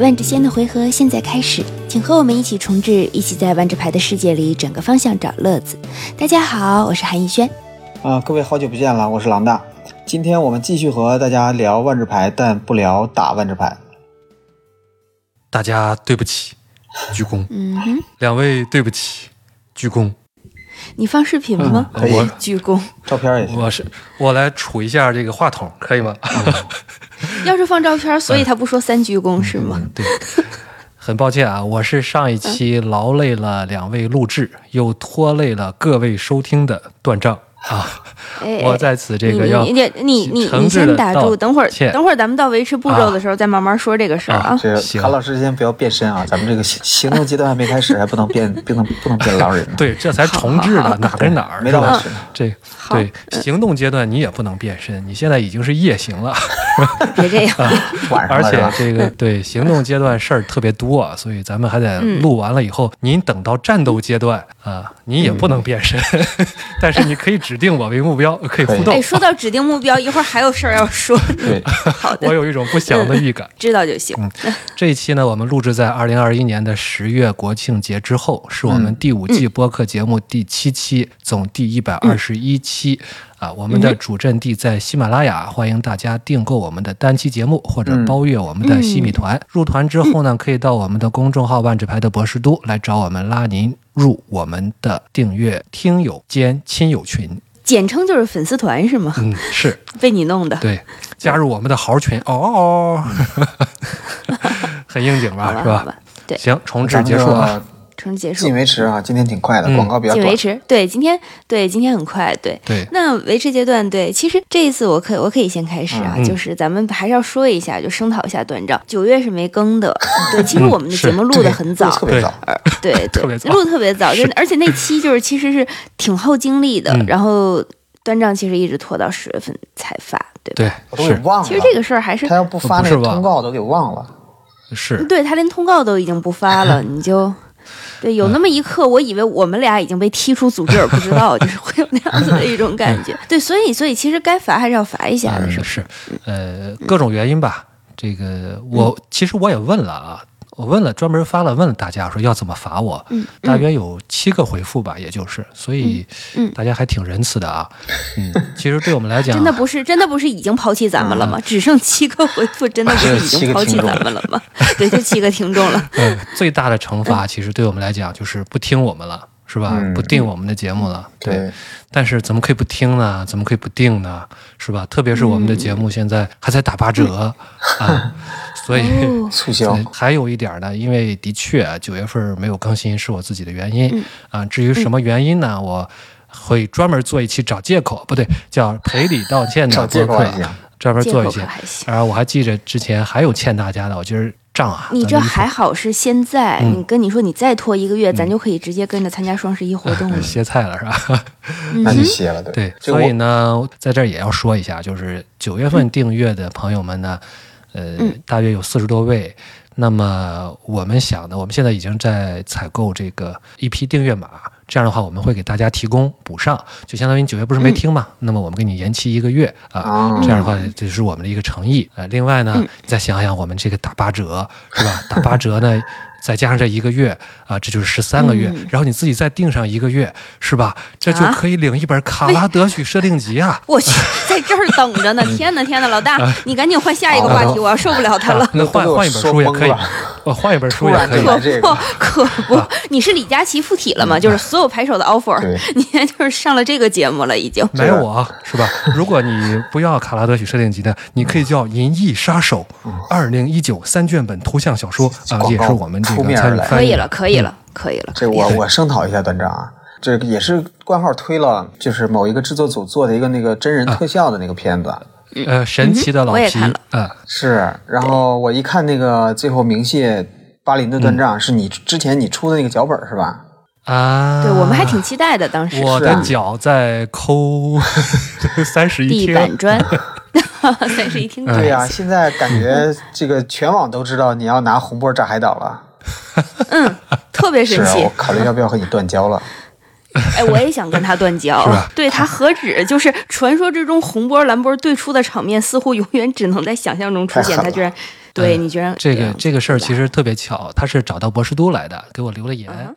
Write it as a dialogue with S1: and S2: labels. S1: 万智仙的回合现在开始，请和我们一起重置，一起在万智牌的世界里整个方向找乐子。大家好，我是韩逸轩。
S2: 啊、各位好久不见了，我是狼大。今天我们继续和大家聊万智牌，但不聊打万智牌。
S3: 大家对不起，鞠躬。
S1: 嗯哼，
S3: 两位对不起，鞠躬。
S1: 你放视频了吗？
S2: 嗯可以
S3: 我
S1: 鞠躬。
S2: 照片也行，
S3: 我是我来杵一下这个话筒，可以吗？
S1: 要是放照片，所以他不说三鞠
S3: 嗯
S1: 躬是吗？
S3: 对， 很抱歉啊，我是上一期劳累了两位录制，又拖累了各位收听的断账啊。
S1: 哎，
S3: 我在此嗯这个要
S1: 你你你你你你
S3: 诚挚
S1: 先
S3: 地
S1: 打
S3: 道
S1: 住，等会儿
S3: 歉啊
S1: 等会儿咱们到维持步骤的时候再慢慢说这个事儿啊。
S2: 这
S3: 行
S2: 韩老师先不要变身啊，咱们这个行行动阶段还没开始，还不能 变，不能不能变狼人。
S3: 对，这才重置呢，哪跟哪儿
S2: 没
S3: 是
S2: 到
S3: 吧
S2: 开？始呢。
S3: 这
S1: 好
S3: 对行动阶段你也不能变身，你现在已经是夜行了。
S1: 别这样，
S3: 啊
S2: 晚上
S3: 而
S2: 了是
S3: 且
S2: 吧？
S3: 这个对行动阶段事儿特别多啊，所以咱们还得
S2: 嗯
S3: 录完了以后，您等到战斗阶段啊，您也
S2: 嗯
S3: 不能变身， 但是你可以指定我为目标，可以互
S1: 哎，
S3: 动。
S1: 说到指定目标，一会儿还有事儿要 说。
S2: 对，
S1: 好
S3: 我
S1: 的，
S3: 有一种不祥的预感。
S1: 知道就行。
S3: 这一期呢，我们录制在二零二一年的十月国庆节之后，是我们第五季播客节目第七期，总第一百二十一期。啊，我们的主阵地在喜马拉雅，欢迎大家订购我们的单期节目或者
S2: 嗯
S3: 包月我们的西米团。嗯入团之后呢，可以到我们的公众号“万智牌的博士都”来找我们拉您入我们的订阅听友兼亲友群。
S1: 简称就是粉丝团是吗？
S3: 嗯，是
S1: 被你弄的。
S3: 对，加入我们的豪群哦哦， 很应景
S1: 好
S3: 吧，
S1: 吧，
S3: 啊是吧
S1: 好？吧，对，
S3: 行，重置
S2: 咱
S3: 结
S2: 们
S3: 束啊。
S2: 就
S1: 成结束
S2: 进。维持啊，今天挺快的，
S3: 嗯
S2: 广告比较
S1: 进
S2: 短
S1: 维。持，对，今天对今天很快，对。
S3: 对，
S1: 那维持阶段，对，其实这一次我可以我可以先开始啊，
S3: 嗯
S1: 就是咱们还是要说一下，就声讨一下断账。九月是没更的，对，其实
S3: 嗯
S1: 我们的
S3: 是
S1: 节目录的很早
S2: 特，别早，
S1: 呃对对，
S3: 特别早
S1: 录得特别早，就是而且那期就是其实是挺耗精力的，
S3: 嗯
S1: 然后端账其实一直拖到十月份才发，对吧？
S3: 对，
S2: 我都给
S3: 是
S2: 忘了。
S1: 其实这个事儿还是
S2: 他要不发那个
S3: 不是忘
S2: 通告，我都给忘了。
S3: 是，
S1: 对他连通告都已经不发了，你就对有那么一刻，我以为我们俩已经被踢出组织，而不知道，就是会有那样子的一种感觉。对，所以所以其实该罚还是要罚一下的，
S3: 嗯
S1: 是吧？
S3: 是，呃，各种原因吧。这个我其实我也问了啊，我问了，专门发了问了大家说要怎么罚我，
S1: 嗯，
S3: 大约有七个回复吧，也就是，所以
S1: 嗯嗯
S3: 大家还挺仁慈的啊。嗯，其实对我们来讲，
S1: 真的不是，真的不是已经抛弃咱们了
S3: 嗯
S1: 吗？只剩七个回复，真的不是 已经抛弃咱们了吗？对，就七个听众了。
S3: 呃，最大的惩罚其实对我们来讲就是不听我们了，是吧？
S2: 嗯
S3: 不订我们的节目了，对。
S2: 对，
S3: 但是怎么可以不听呢？怎么可以不定呢？是吧？特别是我们的
S1: 嗯
S3: 节目现在还在打八 折、啊，所以。
S1: 哦，
S2: 促销
S3: 对还有一点儿呢，因为的确啊九、月份没有更新是我自己的原
S1: 嗯
S3: 因啊、至于什么原因呢，我会专门做一期找借口，不对，叫赔礼道 歉
S2: 找
S3: 的
S2: 借
S3: 播
S2: 口
S3: 客
S2: 还行，
S3: 专门
S1: 借
S3: 做
S1: 口
S3: 一
S1: 可
S3: 些。
S1: 还 行。
S3: 然后我还记着之前还有欠大家的，我今儿账啊，
S1: 你
S3: 咱
S1: 这
S3: 们一
S1: 还好是现在，
S3: 嗯
S1: 你跟你说你再拖一个月，咱就可以直接跟着参加双十一活动了。
S3: 歇菜了是吧？
S1: 嗯
S2: 那就
S1: 哼，
S2: 歇了。
S3: 对，
S2: 就我
S3: 所以呢，在这儿也要说一下，就是九月份订阅的朋友们呢，呃，
S1: 嗯
S3: 大约有四十多位。那么我们想呢，我们现在已经在采购这个一批订阅码，这样的话我们会给大家提供补上，就相当于你九月
S2: 嗯
S3: 不是没听嘛，那么我们给你延期一个月啊，
S2: 啊
S3: 这样的话，这是我们的一个诚意。呃，另外呢，
S2: 嗯
S3: 你再想想我们这个打八折是吧？打八折呢，再加上这一个月啊、这就是十三个月。
S1: 嗯
S3: 然后你自己再定上一个月是吧？这就
S1: 啊
S3: 可以领一本《
S2: 哎
S3: 卡拉德许设定集》啊。
S1: 我去，在这儿等着呢！天哪，天哪，老大，你赶紧换下一个话题，我要受不了他了。
S3: 那换
S2: 都被我
S3: 换一本书也可以
S2: 说懵了，
S3: 我换一本
S2: 突
S3: 书也
S2: 然
S3: 可
S2: 就
S3: 以。
S2: 来
S1: 可
S2: 这
S1: 不
S2: 个，
S1: 可不，你是李佳琦附体了吗？就是所有牌手的 offer，
S2: 对
S1: 你现在就是上了这个节目了，已经。
S3: 买我啊是 吧？如果你不要卡拉德许设定集的，你可以叫《银翼杀手》二零一九三卷本图像小说啊、
S2: 广
S3: 也
S2: 告
S3: 是我们这
S2: 扑
S3: 个
S2: 面而
S3: 参与
S2: 来
S3: 翻
S1: 可
S3: 译
S1: 以
S3: 的
S1: 了，可以了，可以了。
S2: 这我我声讨一下团长啊，这个也是官号推了，就是某一个制作组做的一个那个真人特效的那个片子，
S3: 呃，神奇的
S1: 嗯
S3: 老
S1: 我也
S3: 皮
S1: 看了
S3: 啊，
S2: 是。然后我一看那个最后鸣谢巴林的断账，是你之前你出的那个脚本是吧？
S3: 啊，
S1: 对我们还挺期待的，当时
S3: 我
S2: 是啊
S3: 的脚在 抠三室一
S1: 地
S3: 厅，
S1: 板砖， 三室一厅。
S2: 对哎呀、现在感觉这个全网都知道你要拿红波炸海岛了。
S1: 特别
S2: 是
S1: 神
S2: 啊，
S1: 奇
S2: 我。考虑要不要和你断交了。
S1: 哎，我也想跟他断交
S3: 是吧。
S1: 对他何止就是传说之中红波蓝波对出的场面，似乎永远只能在想象中出现，
S2: 太狠了
S1: 他居然。对，你居然
S3: 这
S1: 样
S3: 个
S1: 子
S3: 这个事儿
S1: 对吧
S3: 其实特别巧，他是找到博士都来的，给我留了言。
S1: 嗯哼